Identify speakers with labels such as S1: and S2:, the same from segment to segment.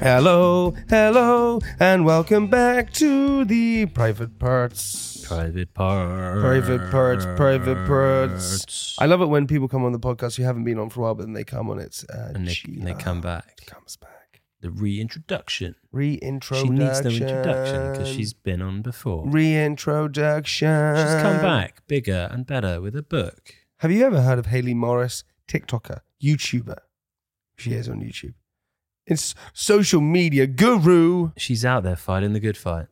S1: Hello, hello, and welcome back to the private parts.
S2: Private parts.
S1: Private parts, private parts. I love it when people come on the podcast who haven't been on for a while, but then they come on it. Uh,
S2: And they, and they
S1: Gina
S2: come back.
S1: Comes back.
S2: The reintroduction.
S1: Reintroduction.
S2: She needs no introduction because she's been on before.
S1: Reintroduction.
S2: she's come back bigger and better with a book.
S1: Have you ever heard of Haley Morris, TikToker, YouTuber? She is on YouTube. It's social media guru.
S2: She's out there fighting the good fight.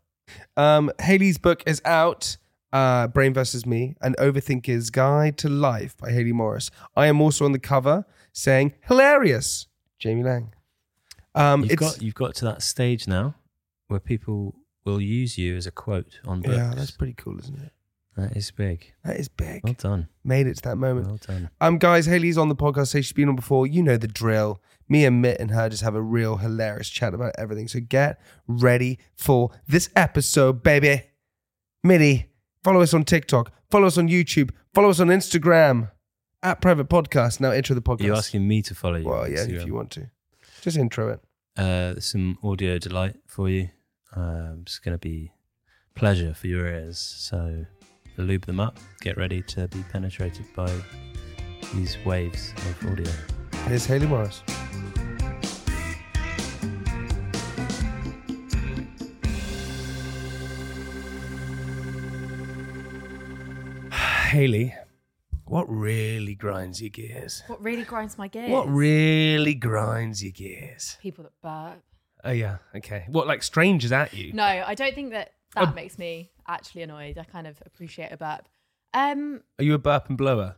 S1: Um, Haley's book is out. Uh, Brain versus Me: An Overthinker's Guide to Life by Haley Morris. I am also on the cover, saying "hilarious." Jamie Lang. Um,
S2: you've
S1: it's
S2: got you've got to that stage now where people will use you as a quote on books.
S1: yeah, that's pretty cool, isn't it?
S2: That is big.
S1: That is big.
S2: Well done.
S1: Made it to that moment.
S2: Well done.
S1: Um, guys, Haley's on the podcast. Say she's been on before. You know the drill. Me and Mitt and her just have a real hilarious chat about everything. So get ready for this episode, baby. Mitty, follow us on TikTok. Follow us on YouTube. Follow us on Instagram at Private Podcast. Now intro the podcast.
S2: You're asking me to follow you.
S1: Well, yeah, if
S2: Instagram.
S1: you want to, just intro it.
S2: Uh, some audio delight for you. Um, it's going to be pleasure for your ears. So lube them up. Get ready to be penetrated by these waves of audio.
S1: Here's Haley Morris. Haley, what really grinds your gears?
S3: What really grinds my gears?
S1: What really grinds your gears?
S3: People that burp.
S1: Oh yeah, okay. What like strangers at you?
S3: No, I don't think that that
S1: Oh.
S3: makes me actually annoyed. I kind of appreciate a burp. Um,
S1: Are you a burp and blower?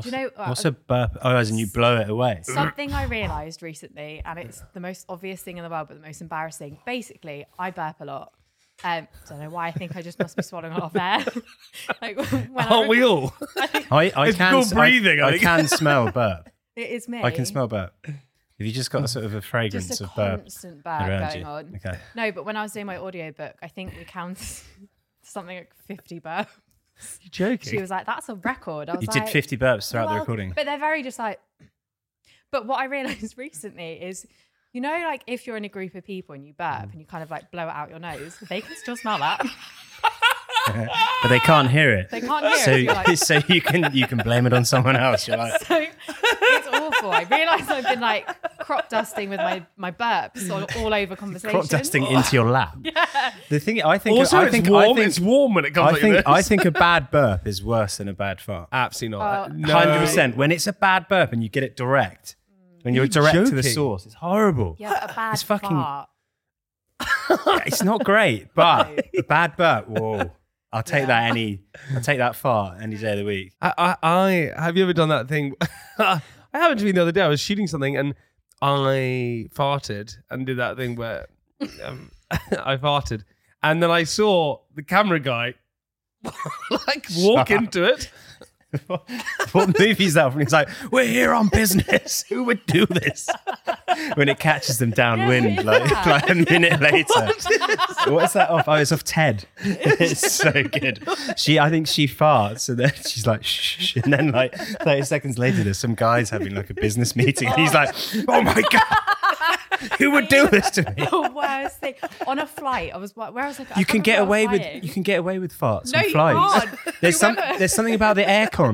S3: do you know uh,
S4: What's a burp? Oh, as in you blow it away.
S3: something I realised recently, and it's the most obvious thing in the world, but the most embarrassing. Basically, I burp a lot. Um, don't know why. I think I just must be swallowing a lot of air. like when I
S4: Oh,
S1: Aren't
S3: rec-
S1: we all?
S4: I, I
S1: It's
S4: can
S1: called
S4: s-
S1: breathing, I
S4: I, I
S1: think.
S4: can smell burp.
S3: It is me.
S4: I can smell burp. Have you just got a sort of a fragrance
S3: just a
S4: of burp
S3: constant burp
S4: around
S3: going
S4: you?
S3: on.
S4: Okay.
S3: No, but when I was doing my audiobook, I think we counted something like fifty burps.
S1: You're joking.
S3: She was like, "That's a record." I was
S4: You
S3: like,
S4: did 50 burps throughout the
S3: Well,
S4: recording.
S3: But they're very just like. But what I realized recently is, you know, like if you're in a group of people and you
S4: Mm.
S3: burp and you kind of like blow it out your nose, they can still smell that.
S4: But they can't hear it.
S3: They can't hear it,
S4: so,
S3: you're like-
S4: so you can you can blame it on someone else. You're like,
S3: So it's awful. I realized I've been like crop dusting with my my burps all, all over
S4: crop
S3: conversations.
S4: dusting into your lap. Yeah. The thing I think
S1: also,
S4: I think
S1: it's warm.
S4: I think,
S1: it's warm when it comes.
S4: I
S1: like
S4: think,
S1: this.
S4: I think a bad burp is worse than a bad fart.
S1: absolutely not.
S3: Oh.
S1: No.
S4: 100%. When it's a bad burp and you get it direct, when you're,
S1: You're
S4: direct to the
S1: joking.
S4: source, it's horrible.
S3: Yeah, but a bad
S4: It's fucking-
S3: fart.
S4: it's not great, but a bad burp. Whoa, I'll take that any. I'll take that far any day of the week.
S1: I, I, I have you ever done that thing? I happened to me the other day. I was shooting something and I farted and did that thing where um, I farted, and then I saw the camera guy like walk
S4: Shut up.
S1: into it.
S4: what movie is that from? It's like we're here on business. Who would do this? when it catches them downwind,
S3: Yeah,
S4: like,
S3: yeah.
S4: like a minute later. What's that off? Oh, it's off Ted. it's so good. She, I think she farts, and then she's like, shh, shh, shh. and then like thirty seconds later, there's some guys having like a business meeting. And he's like, oh my god, who would do this to me?
S3: The worst thing on a flight. I was where I was like, I
S4: you can
S3: can't
S4: get
S3: remember where I
S4: away
S3: was
S4: with
S3: flying.
S4: you can get away with farts
S3: No,
S4: on
S3: you
S4: flights.
S3: can't.
S4: There's
S3: You
S4: some
S3: won't.
S4: there's something about the aircon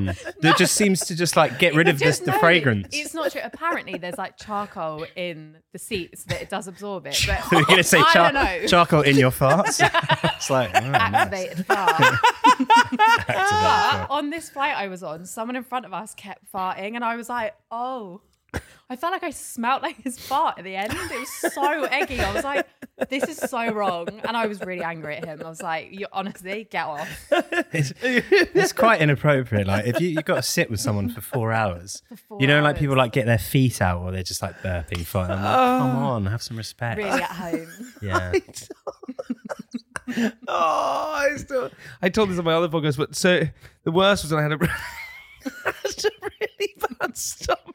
S4: that just seems to just like get rid of this
S3: Just
S4: the
S3: no,
S4: fragrance.
S3: It's not true. Apparently, there's like charcoal in the seats that it does absorb it. But
S4: We're gonna say
S3: I
S4: char-
S3: don't know.
S4: charcoal in your farts. it's like oh, nice.
S3: activated fart. Ah. but on this flight I was on, someone in front of us kept farting, and I was like, "Oh, I felt like I smelt like his fart at the end. It was so eggy. I was like, this is so wrong. And I was really angry at him. I was like, you honestly, get off.
S4: It's, it's quite inappropriate. Like if you you have got to sit with someone for four hours, you know, like
S3: hours. Oh.
S4: people like get their feet out or they're just like burping. Fine, I'm like, come on, have some respect.
S3: Really at home.
S4: Yeah,
S1: Oh, I still. I told this on my other podcast, but so the worst was when I had a, I had a really bad stomach.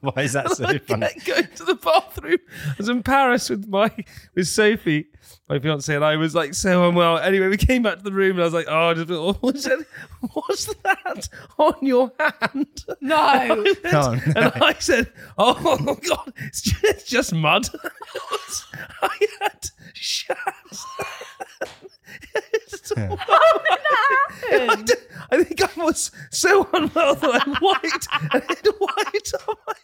S4: why is that so
S1: I
S4: funny?
S1: kept going to the bathroom. I was in Paris with my with Sophie, my fiance, and I was like so unwell. Anyway, we came back to the room, and I was like, "Oh, I just feel awful." She said, what's that on your hand?
S3: No.
S4: Oh, no.
S1: And I said, "Oh God, it's just, it's just mud." I had shat. It's so I, d- I think I was so unwell that I wiped and it wiped on my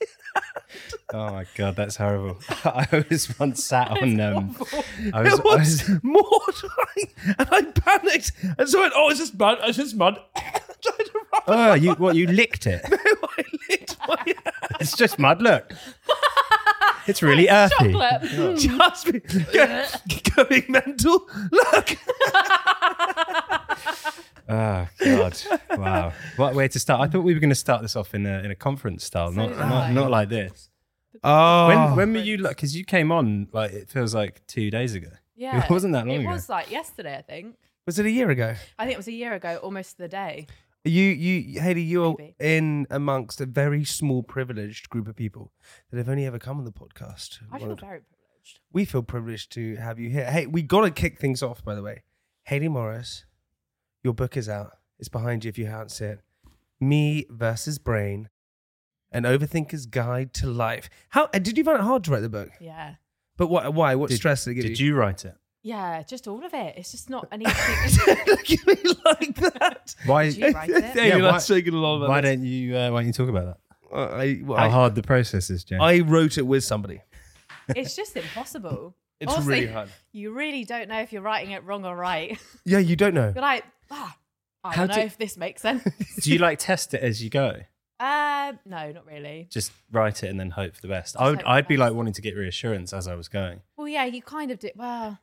S4: Oh my god, that's horrible. I was once sat on um, I was,
S1: It
S4: I was
S1: was mortifying, and I panicked, and so I went, "Oh, it's just mud. It's just mud." I tried to rub it.
S4: oh you what you licked it.
S1: I licked my hand.
S4: It's just mud. Look, it's really earthy.
S3: Chocolate.
S1: Just be go- going mental. Look,
S4: Oh God! Wow, what a way to start. I thought we were going to start this off in a in a conference style, not
S3: did
S4: not,
S3: I.
S4: not like this.
S1: oh,
S4: When when were you like? Because you came on like it feels like two days ago.
S3: Yeah.
S4: it wasn't that long
S3: It
S4: ago.
S3: was like yesterday, I think.
S1: was it a year ago?
S3: I think it was a year ago, almost to the day.
S1: You, you, Haley, you are
S3: Maybe.
S1: in amongst a very small, privileged group of people that have only ever come on the podcast.
S3: I feel
S1: One-
S3: very privileged.
S1: we feel privileged to have you here. Hey, we got to kick things off, by the way. Haley Morris, your book is out. It's behind you if you haven't seen it. Me versus Brain, an overthinker's guide to life. How uh, did you find it hard to write the book?
S3: Yeah.
S1: But what, why? What
S4: Did-
S1: stress did it give
S4: Did you write it?
S3: Yeah, just all of it. It's just not an easy.
S1: Look at me like that.
S4: Why?
S3: Did you write it?
S1: Haley,
S4: why-
S1: that's taking a lot of
S4: Why don't you? Uh, why don't you talk about that?
S1: Uh, I, well,
S4: How
S1: I-
S4: hard the process is, James.
S1: I wrote it with somebody.
S3: It's just impossible.
S1: It's
S3: Honestly,
S1: really hard.
S3: You really don't know if you're writing it wrong or right.
S1: Yeah, you don't know.
S3: You're like, ah, I
S4: How
S3: don't know
S4: do-
S3: if this makes sense.
S4: Do you like test it as you go?
S3: um, no, not really.
S4: Just write it and then hope for the best. I would.
S3: hope for
S4: I'd
S3: the
S4: be
S3: best.
S4: like wanting to get reassurance as I was going.
S3: Well, yeah, you kind of do. Well,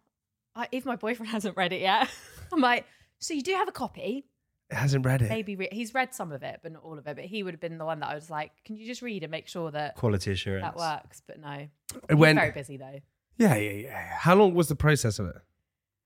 S3: I, if my boyfriend hasn't read it yet, I'm like, so you do have a copy.
S1: It hasn't read it.
S3: Maybe re- he's read some of it, but not all of it. But he would have been the one that I was like, can you just read and make sure that
S4: Quality assurance.
S3: that works? But no,
S1: It
S3: He's
S1: went-
S3: very busy though.
S1: yeah, yeah, yeah. How long was the process of it?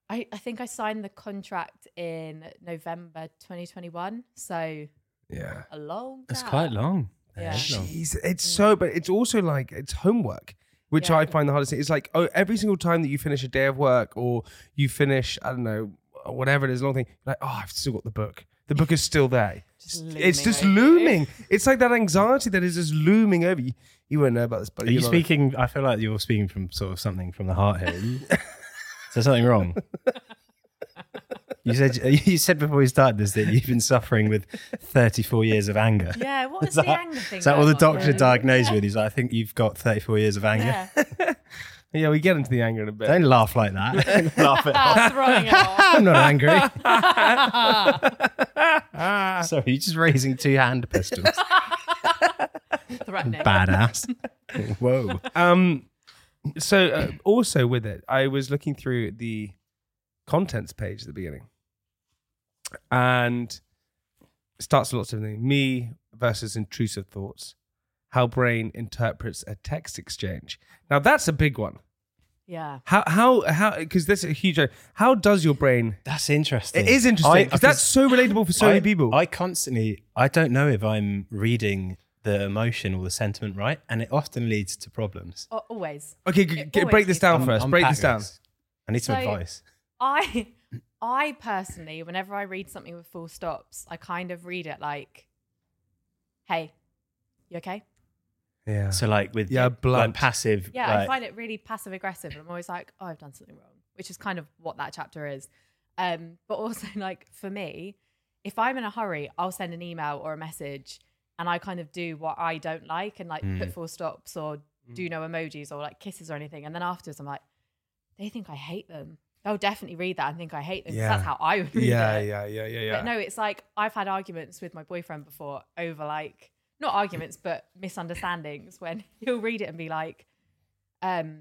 S3: I, I think I signed the contract in November 2021, so
S1: Yeah.
S3: a long.
S4: That's
S3: time.
S4: quite long. That
S3: Yeah.
S4: is long.
S1: Jeez, it's so, but it's also like it's homework, which
S3: Yeah.
S1: I find the hardest thing. It's like oh, every single time that you finish a day of work or you finish, I don't know, whatever it is, a long thing. Like, oh, I've still got the book. The book is still there.
S3: Just
S1: it's
S3: looming
S1: just
S3: over you.
S1: looming. It's like that anxiety that is just looming over you. You won't know about this, but
S4: Are you
S1: you're not-
S4: speaking? I feel like you're speaking from sort of something from the heart here. Are you- Is there something wrong? You said you said before we started this that you've been suffering with 34 years of anger.
S3: Yeah, what
S4: Is
S3: is the
S4: that-
S3: anger thing?
S4: Is that all the
S3: going on
S4: doctor
S3: there?
S4: diagnosed with? He's like, I think you've got 34 years of anger.
S3: Yeah,
S1: Yeah, we get into the anger in a bit.
S4: Don't laugh like that. Don't laugh at
S3: Ah, throwing it off.
S4: I'm not angry. Sorry, you're just raising two hand pistols.
S3: threatening.
S4: Badass. Whoa.
S1: Um, so uh, also with it, I was looking through the contents page at the beginning, and it starts with lots of things: me versus intrusive thoughts, how brain interprets a text exchange. Now that's a big one.
S3: Yeah.
S1: How how how? Because this is a huge. How does your brain?
S4: That's interesting.
S1: It is
S4: I-
S1: interesting because that's so relatable for so
S4: I-
S1: many people.
S4: I constantly, I don't know if I'm reading the emotion or the sentiment right, and it often leads to problems.
S3: Al- Always.
S1: okay, g-
S3: it
S1: g-
S3: always
S1: break this
S3: is.
S1: down
S4: Un-
S1: first. Break this
S4: unpack
S1: down.
S4: this. I need some
S3: So-
S4: advice.
S3: I I personally, whenever I read something with full stops, I kind of read it like, "Hey, you okay?"
S1: Yeah.
S4: So, like with
S1: Yeah, blunt.
S4: like passive,
S3: Yeah, I
S4: like-
S3: find it really passive aggressive, and I'm always like, "Oh, I've done something wrong," which is kind of what that chapter is. Um, but also, like for me, if I'm in a hurry, I'll send an email or a message, and I kind of do what I don't like, and like put
S1: Mm.
S3: full stops or do no emojis or like kisses or anything, and then afterwards, I'm like, "They think I hate them." They'll definitely read that and think I hate them. 'cause That's
S1: Yeah.
S3: how I would read
S1: yeah,
S3: it.
S1: yeah, yeah, yeah, yeah.
S3: But no, it's like I've had arguments with my boyfriend before over like, not arguments, but misunderstandings when he'll read it and be like, um,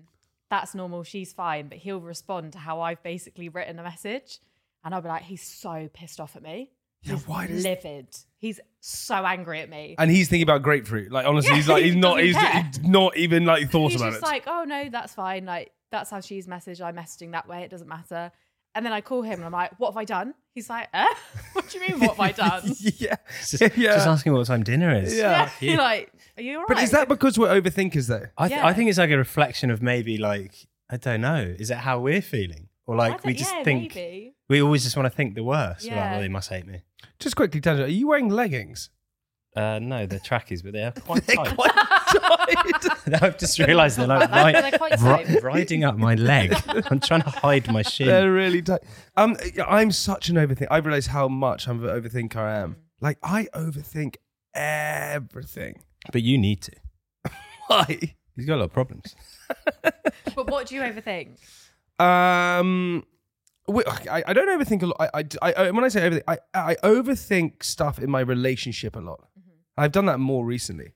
S3: that's normal, she's fine, but he'll respond to how I've basically written a message. And I'll be like, he's so pissed off at me.
S1: Yeah,
S3: He's
S1: why does-
S3: livid. He's so angry at me.
S1: And he's thinking about grapefruit. Like honestly,
S3: Yeah,
S1: he's like
S3: he
S1: he's not he's,
S3: doesn't care.
S1: he's not even like thought
S3: he's
S1: about
S3: just
S1: it.
S3: like, oh no, that's fine. Like that's how she's messaged. I'm messaging that way. It doesn't matter. And then I call him and I'm like, what have I done? He's like, eh? what do you mean? What have I done?
S1: yeah,
S4: Just,
S1: yeah.
S4: just asking what time dinner is.
S1: Yeah.
S3: You're like, are you alright?
S1: but is that because we're overthinkers though?
S4: I, th-
S3: Yeah.
S4: I think it's like a reflection of maybe like I don't know. Is it how we're feeling, or
S3: I
S4: like we
S3: don't-
S4: just
S3: yeah,
S4: think
S3: maybe.
S4: we always just want to think the worst? We're like,
S3: Yeah.
S4: well, they must hate me.
S1: Just quickly, tangent. Are you wearing leggings?
S2: Uh, no, they're trackies, but they are quite
S1: They're
S2: tight.
S1: quite tight.
S4: I've just realised they're like
S3: They're
S4: right,
S3: quite
S4: ri-
S3: tight.
S4: riding up my leg. I'm trying to hide my shin.
S1: They're really tight. Um, I'm such an overthink. I realize how much I'm an overthinker I am. Like I overthink everything.
S4: But you need to.
S1: Why?
S4: He's got a lot of problems.
S3: But what do you overthink?
S1: Um, we- I, I don't overthink a lot. I, I, I- when I say overthink, I, I overthink stuff in my relationship a lot.
S3: Mm-hmm.
S1: I've done that more recently.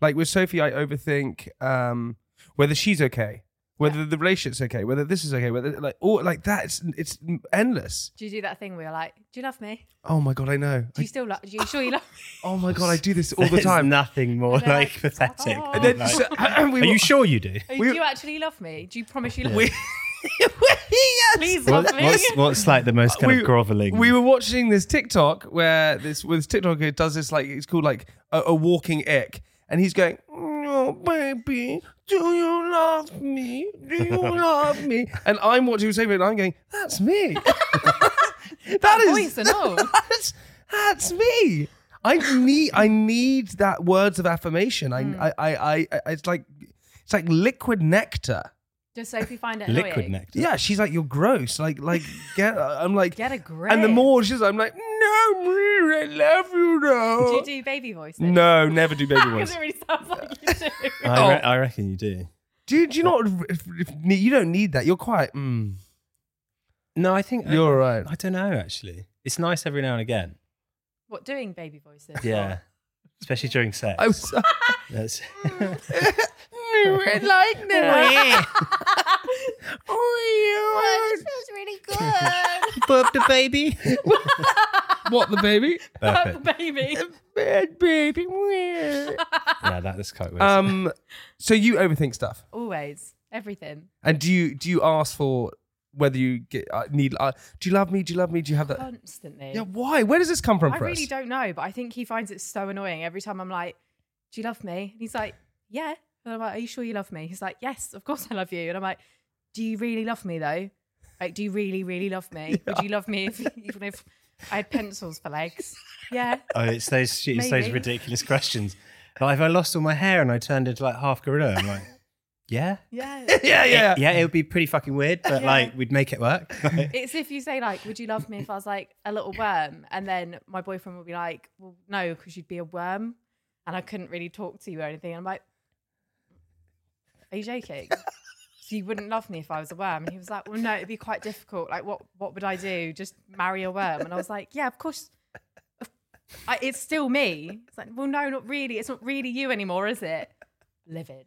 S1: Like with Sophie, I overthink um, whether she's okay, whether the relationship's okay, whether this is okay, whether like all like that. It's, it's endless.
S3: Do you do that thing where you're like, do you love me?
S1: Oh my god, I know.
S3: Do you still love? Do you sure you love?
S1: I- oh my god, I do this all the
S4: There's
S1: time.
S4: Nothing more
S3: And they're
S4: like
S3: like,
S4: pathetic.
S3: "Oh."
S4: than
S1: And then-
S4: like,
S1: so- we
S4: are
S1: were-
S4: you sure you do?
S3: me?
S1: We-
S3: do you actually love me? Do you promise you love
S1: We,
S3: me? Please love
S4: What-
S3: me.
S4: what's, what's like the most kind
S1: we,
S4: of groveling?
S1: We were watching this TikTok where this with TikTok who does this like it's called like a, a walking ick, and he's going, "Oh baby, do you love me? Do you love me?" And I'm watching him say it, and I'm going, "That's me. that is
S3: Voice and all.
S1: that's that's me." I need I need that words of affirmation.
S3: Mm.
S1: I, I, I, I, I it's like it's like liquid nectar.
S3: Does Sophie find it annoying?
S4: liquid nectar.
S1: Yeah, she's like, you're gross. Like, like, get. I'm like,
S3: Get a grip.
S1: And the more she's, I'm like, no, Maria, I love you,
S3: Do
S1: no.
S3: you do baby voices?
S1: no, never do baby
S3: because
S1: voice.
S3: it really sounds like you do.
S4: I, re- I reckon you do.
S1: Dude, you not? If, if, you don't need that. You're quite. Mm,
S4: No, I think
S1: you're right.
S4: I don't know actually. It's nice every now and again.
S3: What doing baby voices?
S4: Yeah. Especially during sex.
S1: I was.
S4: That's-
S1: Maria, like that. oh, you
S3: feels really good.
S1: burped the baby. what the baby?
S4: Perfect.
S3: baby.
S1: Bad baby.
S4: yeah, that is quite weird.
S1: um, so you overthink stuff.
S3: Always. Everything.
S1: And do you do you ask for whether you get uh, need? Uh, do you love me? Do you love me? Do you have that?
S3: Constantly.
S1: yeah. Why? Where does this come from?
S3: Oh, I
S1: for
S3: really
S1: us?
S3: don't know, but I think he finds it so annoying every time I'm like, Do you love me? And he's like, Yeah. And I'm like, Are you sure you love me? He's like, Yes, of course I love you. And I'm like, Do you really love me though? Like, do you really, really love me? Would you love me if even if I had pencils for legs? Yeah.
S4: oh, it's those shit- it's those
S3: maybe.
S4: ridiculous questions. Like if I lost all my hair and I turned into like half gorilla, I'm like, yeah.
S3: Yeah.
S1: Yeah, yeah.
S4: It, yeah, it would be pretty fucking weird, but like we'd make it work. Like,
S3: It's if you say like, "Would you love me if I was like a little worm?" and then my boyfriend will be like, "Well, no, because you'd be a worm, and I couldn't really talk to you or anything." And I'm like, "Are you joking?" so you wouldn't love me if I was a worm? And he was like, "Well, no, it'd be quite difficult. Like, what what would I do? Just marry a worm?" And I was like, "Yeah, of course." I, it's still me. It's like, well, no, not really. It's not really you anymore, is it? Livid.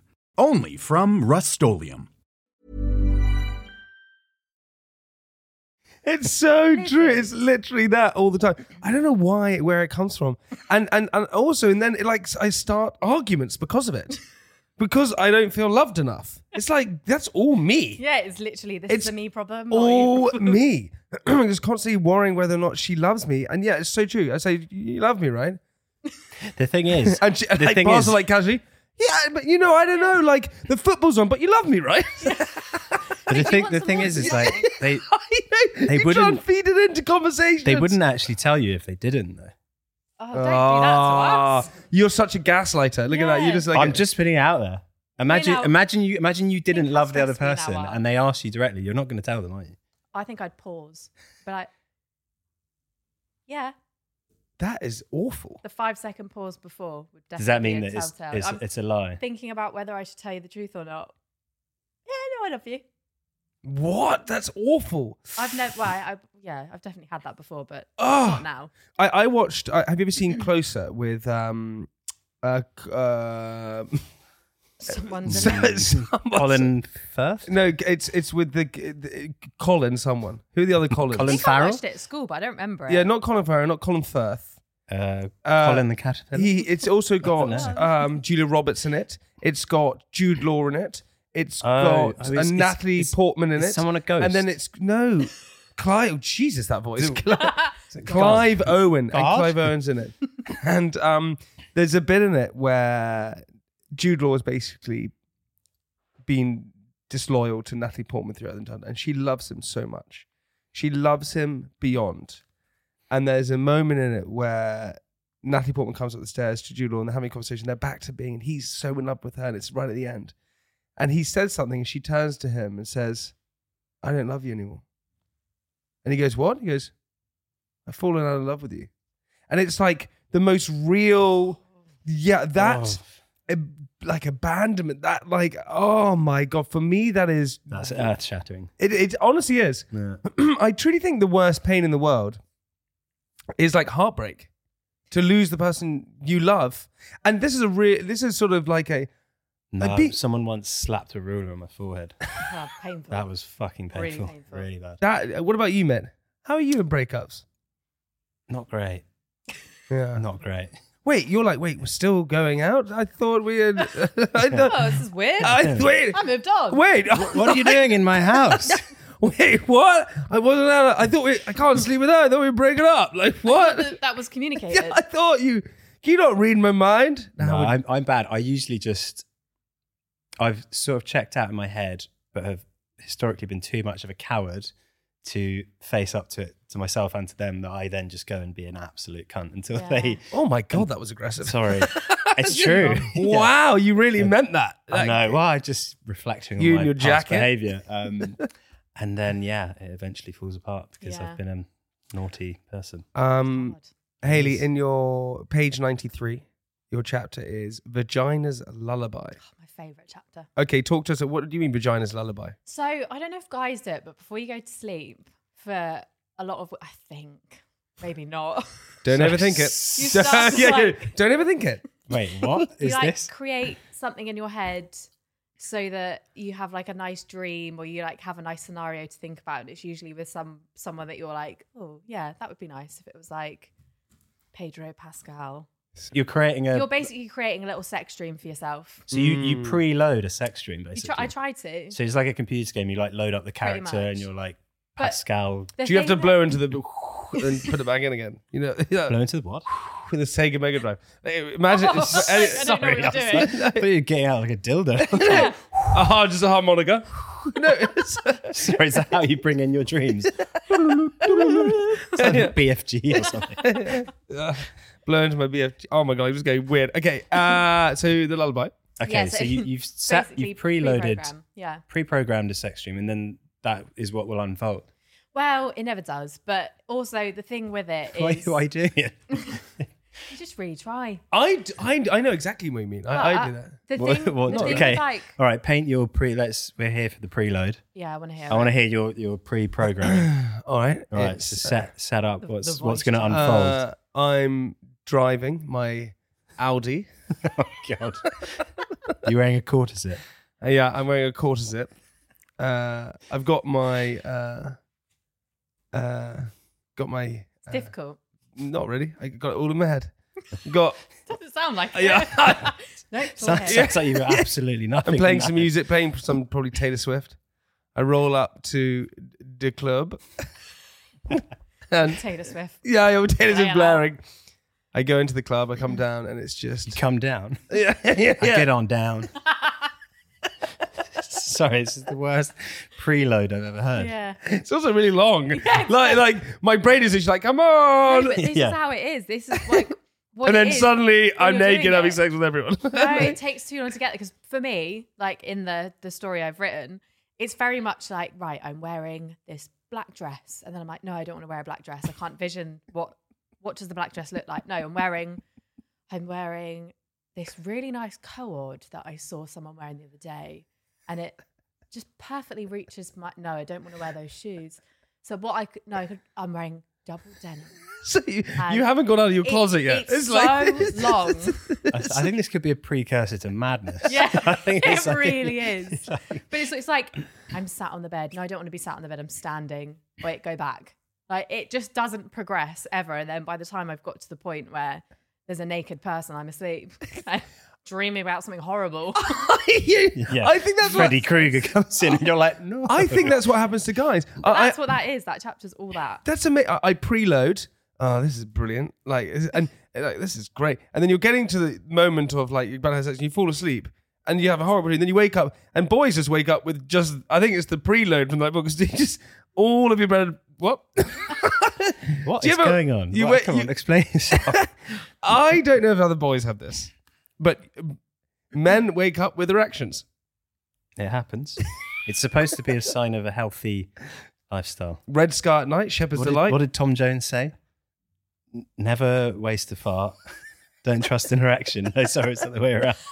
S5: Only from Rust-Oleum.
S1: It's so true. It's literally that all the time. I don't know why where it comes from, and and and also, and then it, like I start arguments because of it, because I don't feel loved enough. It's like that's all me.
S3: Yeah, it's literally this
S1: It's
S3: is a me problem. not you
S1: all
S3: problem.
S1: me. Just constantly worrying whether or not she loves me. And yeah, it's so true. I say, You love me, right?
S4: the thing is,
S1: And, she, and
S4: the
S1: like,
S4: thing
S1: bars
S4: is,
S1: are like casually, yeah, but you know, I don't know. Like the football's on, but you love me, right?
S4: but the thing
S3: want
S4: the
S3: some
S4: thing
S3: more-
S4: is, is like they
S1: they
S4: They
S1: you try and
S4: wouldn't-
S1: feed it into conversations.
S4: they wouldn't actually tell you if they didn't though.
S3: Oh, don't do Oh, that to us.
S1: Ah, You're such a gaslighter. Look at that. You
S3: Yeah.
S1: just like
S4: I'm just putting it out there. Imagine,
S3: out-
S4: imagine you, imagine you didn't
S3: has
S4: love the other
S3: messed me now
S4: person,
S3: up.
S4: and they asked you directly. You're not going to tell them, are you?
S3: I think I'd pause, but I, yeah,
S1: that is awful.
S3: the five second pause before would definitely
S4: Does that mean
S3: be a
S4: that it's
S3: telltale.
S4: it's,
S3: I'm
S4: it's a lie?
S3: thinking about whether I should tell you the truth or not. Yeah, no, I love you.
S1: What? That's awful.
S3: I've never, well, I, I, yeah, I've definitely had that before, but
S1: Oh,
S3: not now.
S1: I, I watched. I, have you ever seen Closer with um, uh, c- uh,
S3: Someone's
S1: someone-
S4: Colin Firth.
S1: No, it's it's with the, the Colin someone. Who are the other Collins?
S4: Colin
S3: I
S4: Farrell.
S3: watched it at school, but I don't remember it.
S1: Yeah, not Colin Farrell, not Colin Firth.
S4: Uh,
S1: Uh,
S4: Colin the caterpillar.
S1: He, it's also
S4: know.
S1: got um, Julia Roberts in it. It's got Jude Law in it. It's
S4: Oh,
S1: got
S4: oh,
S1: a
S4: it's- it's-
S1: Natalie
S4: it's-
S1: Portman in
S4: it's
S1: it.
S4: someone a ghost.
S1: And then it's no Clive. oh, Jesus, that voice. Clive,
S4: it
S1: Clive Owen and
S4: God?
S1: Clive Owen's in it. and um, there's a bit in it where Jude Law is basically been disloyal to Natalie Portman throughout the entire, and she loves him so much. She loves him beyond. And there's a moment in it where Natalie Portman comes up the stairs to Jude Law and they're having a conversation. They're back to being, and he's so in love with her, and it's right at the end. And he says something, and she turns to him and says, I don't love you anymore. And he goes, What? He goes, I've fallen out of love with you. And it's like the most real, yeah, that ab- like abandonment, that like, oh my God, for me, that is,
S4: That's uh, earth shattering.
S1: it, it honestly is. I truly think the worst pain in the world is like heartbreak to lose the person you love. And this is a real, this is sort of like a,
S4: No,
S1: beat-
S4: someone once slapped a ruler on my forehead.
S3: Oh, painful.
S4: That was fucking
S3: Really
S4: painful. Really,
S3: painful.
S4: bad.
S1: that, what about you, Matt? How are you in breakups?
S4: Not great.
S1: Yeah.
S4: Not great.
S1: Wait, you're like, wait, we're still going out? I thought we had. I
S3: oh,
S1: thought,
S3: this is weird. I,
S1: I, wait,
S3: moved on.
S1: wait,
S4: What are you doing in my house?
S1: wait, what? I wasn't out. I thought we, I can't sleep with her. I thought we were breaking up. Like, what?
S3: That was communicated.
S1: yeah, I thought you. Can you not read my mind?
S4: no,
S1: How would-
S4: I'm, I'm bad. I usually just, I've sort of checked out in my head, but have historically been too much of a coward to face up to it to myself and to them that I then just go and be an absolute cunt until
S3: Yeah.
S4: they.
S1: oh my God, that was aggressive.
S4: Sorry, it's true.
S1: Wow, you really meant that.
S4: I
S1: Like,
S4: know. Well, I just reflecting
S1: You
S4: on
S1: and
S4: my
S1: your
S4: past
S1: jacket.
S4: behavior, um, and then yeah, it eventually falls apart because
S3: Yeah.
S4: I've been a naughty person.
S1: Um, Haley, in your page 93, your chapter is Vagina's Lullaby.
S3: My favorite chapter.
S1: Okay, talk to us. What do you mean, Vagina's Lullaby?
S3: So I don't know if guys do it, but before you go to sleep, for a lot of, I think, maybe not.
S1: Don't ever think it.
S3: You start to, like-
S1: Don't ever think it.
S4: Wait, what
S3: you
S4: is
S3: like
S4: this?
S3: create something in your head so that you have like a nice dream or you like have a nice scenario to think about. And it's usually with some someone that you're like, oh yeah, that would be nice if it was like Pedro Pascal.
S4: You're creating a.
S3: You're basically creating a little sex dream for yourself.
S4: so you,
S1: Hmm.
S4: you preload a sex dream
S3: You
S4: basically.
S3: try, I try to.
S4: So it's like a computer game. You like load up the
S3: Pretty
S4: character
S3: much.
S4: and you're like
S3: But-
S4: Pascal.
S3: The
S1: Do you have to
S3: thing
S1: blow into the and put it back in again? You know, yeah,
S4: blow into the what?
S1: with the Sega Mega Drive. Like, Imagine.
S3: I don't know
S1: sorry,
S3: what you're doing.
S4: I thought you were getting out like a dildo.
S3: that-
S1: a har- just a harmonica. no, it's,
S4: Sorry, is that how you bring in your dreams? It's like BFG or something.
S1: uh, blow into my BFG. Oh my god, I'm just going weird. Okay, uh, so the lullaby.
S4: Okay,
S3: Yeah,
S4: so,
S3: so
S4: you, you've set,
S3: basically
S4: you've preloaded,
S3: pre-program. Yeah.
S4: pre-programmed a sex dream, and then that is what will unfold.
S3: Well, it never does. But also the thing with it
S4: Why,
S3: is
S4: why doing it?
S3: you just retry.
S1: I, d- I d- I know exactly what you mean. I, I do that.
S3: The
S4: What-
S3: thing,
S4: what-
S3: the thing
S4: okay,
S3: with, like,
S4: all right. Paint your pre. Let's. We're here for the preload.
S3: yeah, I want to hear.
S4: I want
S3: it.
S4: to hear your your pre-program.
S1: All right,
S4: All right,
S1: It's,
S4: so set set up what's
S3: the
S4: what's
S3: voice
S4: going to unfold.
S1: uh, I'm driving my Audi.
S4: Oh god. You're wearing a corset.
S1: Uh, yeah, I'm wearing a quarter zip. Uh, I've got my uh, uh, got my
S3: It's difficult.
S1: not really. I got it all in my head. Got
S3: Doesn't sound like it.
S1: yeah.
S3: No, it's all
S4: Sounds,
S3: head.
S4: sounds like you were absolutely nothing.
S1: I'm playing some music, playing some probably Taylor Swift. I roll up to the club, and
S3: Taylor Swift.
S1: yeah, yeah, Taylor
S3: Play
S1: Swift
S3: it
S1: blaring. I go into the club. I come down, and it's just
S4: Come down.
S1: yeah, yeah,
S4: I Get on down. Sorry, this is the worst preload I've ever heard.
S3: Yeah.
S1: It's also really long. like, like my brain is just like, come on.
S3: But this
S4: Yeah.
S3: is how it is. This is like what
S1: and
S3: it
S1: then
S3: is
S1: suddenly
S3: when
S1: I'm
S3: you're doing
S1: naked having
S3: it.
S1: sex with everyone.
S3: no, it takes too long to get there because for me, like in the the story I've written, it's very much like right, I'm wearing this black dress, and then I'm like, no, I don't want to wear a black dress. I can't vision what what does the black dress look like. No, I'm wearing I'm wearing this really nice cord that I saw someone wearing the other day, and it just perfectly reaches my. No, I don't want to wear those shoes. So what I could no, I could, I'm wearing double denim.
S1: so you,
S3: Um,
S1: you haven't got out of your
S3: It-
S1: closet yet.
S3: It's, so long.
S4: I, th- I think this could be a precursor to madness.
S3: Yeah,
S4: I think
S3: it
S4: it's like-
S3: really is. but it's, it's like I'm sat on the bed. No, I don't want to be sat on the bed. I'm standing. Wait, go back. Like it just doesn't progress ever. And then by the time I've got to the point where there's a naked person, I'm asleep, I'm dreaming about something horrible.
S4: Yeah.
S1: I think that's
S4: Freddy
S1: what
S4: Krueger comes in and you're like, no.
S1: I think that's what happens to guys. I,
S3: That's
S1: I,
S3: what that is. That chapter's all that.
S1: that's amazing. I, I preload. Oh, this is brilliant. Like, is- and like, this is great. And then you're getting to the moment of like you're about to have sex and you fall asleep and you have a horrible dream. Then you wake up and boys just wake up with just, I think it's the preload from that book because just all of your bread. What?
S4: what
S1: Do you
S4: is
S1: ever-
S4: going on.
S1: you
S4: What-
S1: wait-
S4: come
S1: you-
S4: on, explain yourself.
S1: I don't know if other boys have this, but men wake up with erections.
S4: it happens. It's supposed to be a sign of a healthy lifestyle.
S1: Red Scar at night, Shepherd's
S4: What did,
S1: Delight.
S4: what did Tom Jones say? N- Never waste a fart. Don't trust an erection. No, sorry, it's the other way around.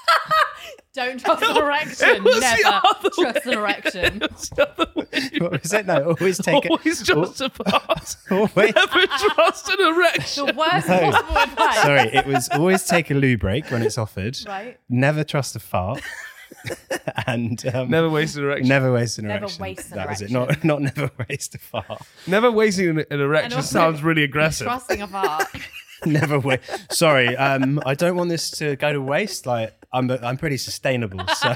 S3: Don't trust an erection.
S1: was the
S3: Never
S1: other
S3: trust an erection.
S1: It's the other way
S4: What was it? No, always take it.
S1: Always trust a fart.
S4: Oh, wait.
S1: Never trust an erection.
S3: The worst
S4: No.
S3: possible advice.
S4: Sorry, it was always take a loo break when it's offered.
S3: Right?
S4: Never trust a fart. and um,
S1: Never waste an erection.
S4: Never waste an
S3: Never
S4: erection.
S3: waste an
S4: that was it. Not
S3: erection.
S4: not never waste a fart.
S1: Never wasting an, an
S3: And
S1: erection
S3: also,
S1: sounds really aggressive.
S3: Trusting a fart.
S4: never waste. Sorry, um, I don't want this to go to waste. Like I'm I'm pretty sustainable. So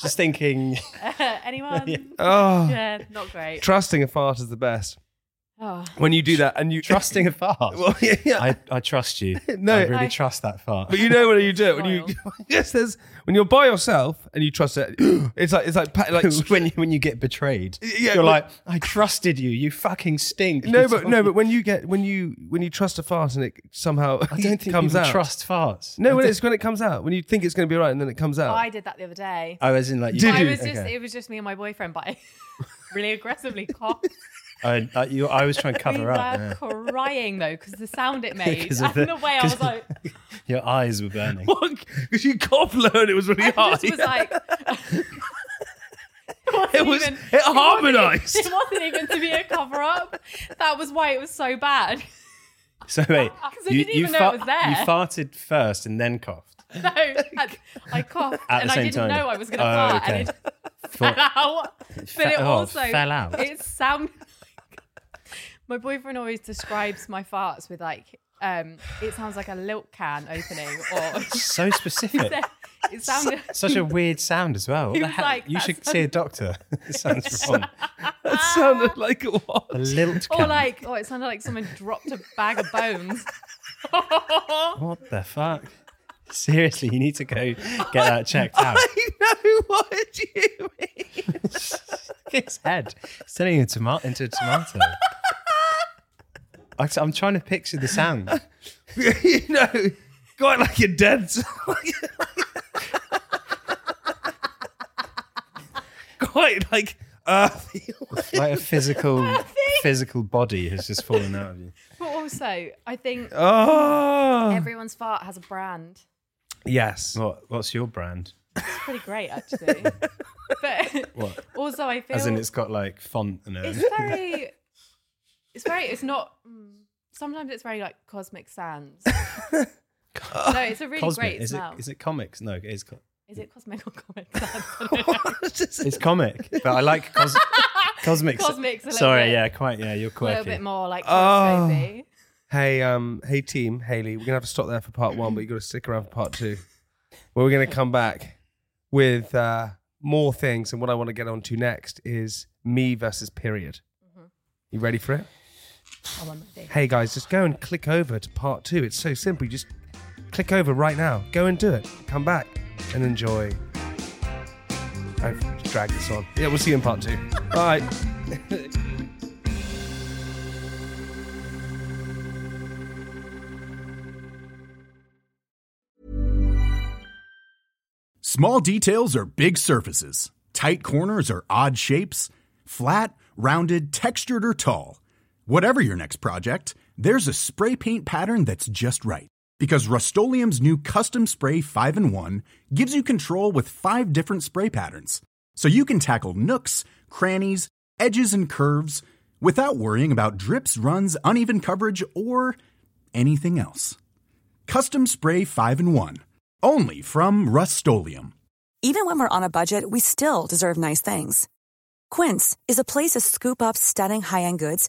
S4: just thinking,
S3: Anyone? Yeah.
S1: oh,
S3: not great.
S1: trusting a fart is the best.
S3: Oh.
S1: When you do that and you
S4: trusting a fart.
S1: well, yeah, yeah.
S4: I, I trust you.
S1: No.
S4: I really
S3: I-
S4: trust that fart.
S1: but you know when you do it when you
S3: Loyal.
S1: yes, there's when you're by yourself and you trust it. It's like it's like pa- like
S4: when you, when you get betrayed,
S1: Yeah, but-
S4: you're like, I trusted you. You fucking stink.
S1: no,
S4: You
S1: but
S4: told
S1: no,
S4: me-
S1: but when you get when you when you trust a fart and it somehow
S4: I don't think
S1: comes
S4: people
S1: out.
S4: trust farts.
S1: No, when it's when it comes out when you think it's going to be right and then it comes out.
S3: I did that the other day.
S4: I was Oh, in like, you
S1: Did
S3: I
S1: you?
S3: was just
S4: Okay.
S3: it was just me and my boyfriend, but I really aggressively coughed.
S4: I, I, you, I was trying to
S3: we
S4: cover
S3: were
S4: up. yeah.
S3: crying though because the sound it made
S4: 'Cause
S3: and
S4: of
S3: the,
S4: the-
S3: way I
S4: 'cause
S3: was like,
S4: Your eyes were burning.
S1: because you cough low and it was really
S3: I
S1: hard.
S3: just was like.
S1: It was- it harmonised.
S3: It wasn't even to be a cover up. That was why it was so bad.
S4: So wait,
S3: 'Cause I didn't even know it was there.
S4: you farted first and then coughed.
S3: No, I, I coughed
S4: At
S3: and
S4: the
S3: I
S4: same
S3: didn't
S4: time.
S3: know I was going to
S4: Oh,
S3: fart,
S4: okay.
S3: and it
S4: Thought-
S3: fell out. But it
S4: oh,
S3: also
S4: fell out.
S3: It sounded. my boyfriend always describes my farts with like, um, it sounds like a milk can opening, or
S4: so specific.
S3: it sounded.
S4: Such a weird sound as well. What
S3: He
S4: the
S3: was
S4: hell?
S3: like,
S4: you
S3: that
S4: should
S3: sound-
S4: see a doctor. it sounds wrong.
S1: That sounded like it was.
S4: A lilt
S3: Or
S4: can.
S3: like, oh, it sounded like someone dropped a bag of bones.
S4: what the fuck? Seriously, you need to go get that checked out.
S1: I know what you mean.
S4: His head. It's turning into, toma- into a tomato. I- I'm trying to picture the sound.
S1: you know, quite like you're dead. quite like earthy.
S4: Like a physical physical body has just fallen out of you.
S3: But also, I think
S1: Oh.
S3: everyone's fart has a brand.
S1: yes.
S4: What, what's your brand?
S3: It's pretty great, actually. But
S4: What?
S3: also, I feel
S4: As in, it's got like font and everything.
S3: It's very. It's very. It's not. mm, Sometimes it's very like cosmic sands. no, it's a really great
S4: is it,
S3: smell.
S4: is it comics? No, it is. Co-
S3: Is it cosmic or cosmic sands? I don't know.
S4: It's comic, but I like cos- cosmic.
S3: Cosmic's a little
S4: Sorry,
S3: bit-
S4: yeah, quite. Yeah, you're
S3: a
S4: quirky.
S3: little bit more like
S1: Oh.
S3: horoscopy.
S1: hey, um, hey team, Haley, we're gonna have to stop there for part one, but you gotta stick around for part two. Where we're gonna come back with uh more things and what I want to get on to next is me versus period. You ready for it?
S3: Oh, I'm ready.
S1: Hey guys, just go and click over to part two. It's so simple. You just click over right now. Go and do it. Come back and enjoy. I've dragged this on. Yeah, we'll see you in part two. Bye.
S5: Small details are big surfaces, tight corners are odd shapes, flat, rounded, textured, or tall. Whatever your next project, there's a spray paint pattern that's just right. Because Rust new Custom Spray 5 in 1 gives you control with five different spray patterns. So you can tackle nooks, crannies, edges, and curves without worrying about drips, runs, uneven coverage, or anything else. Custom Spray 5 in 1. Only from Rust
S6: Even when we're on a budget, we still deserve nice things. Quince is a place to scoop up stunning high end goods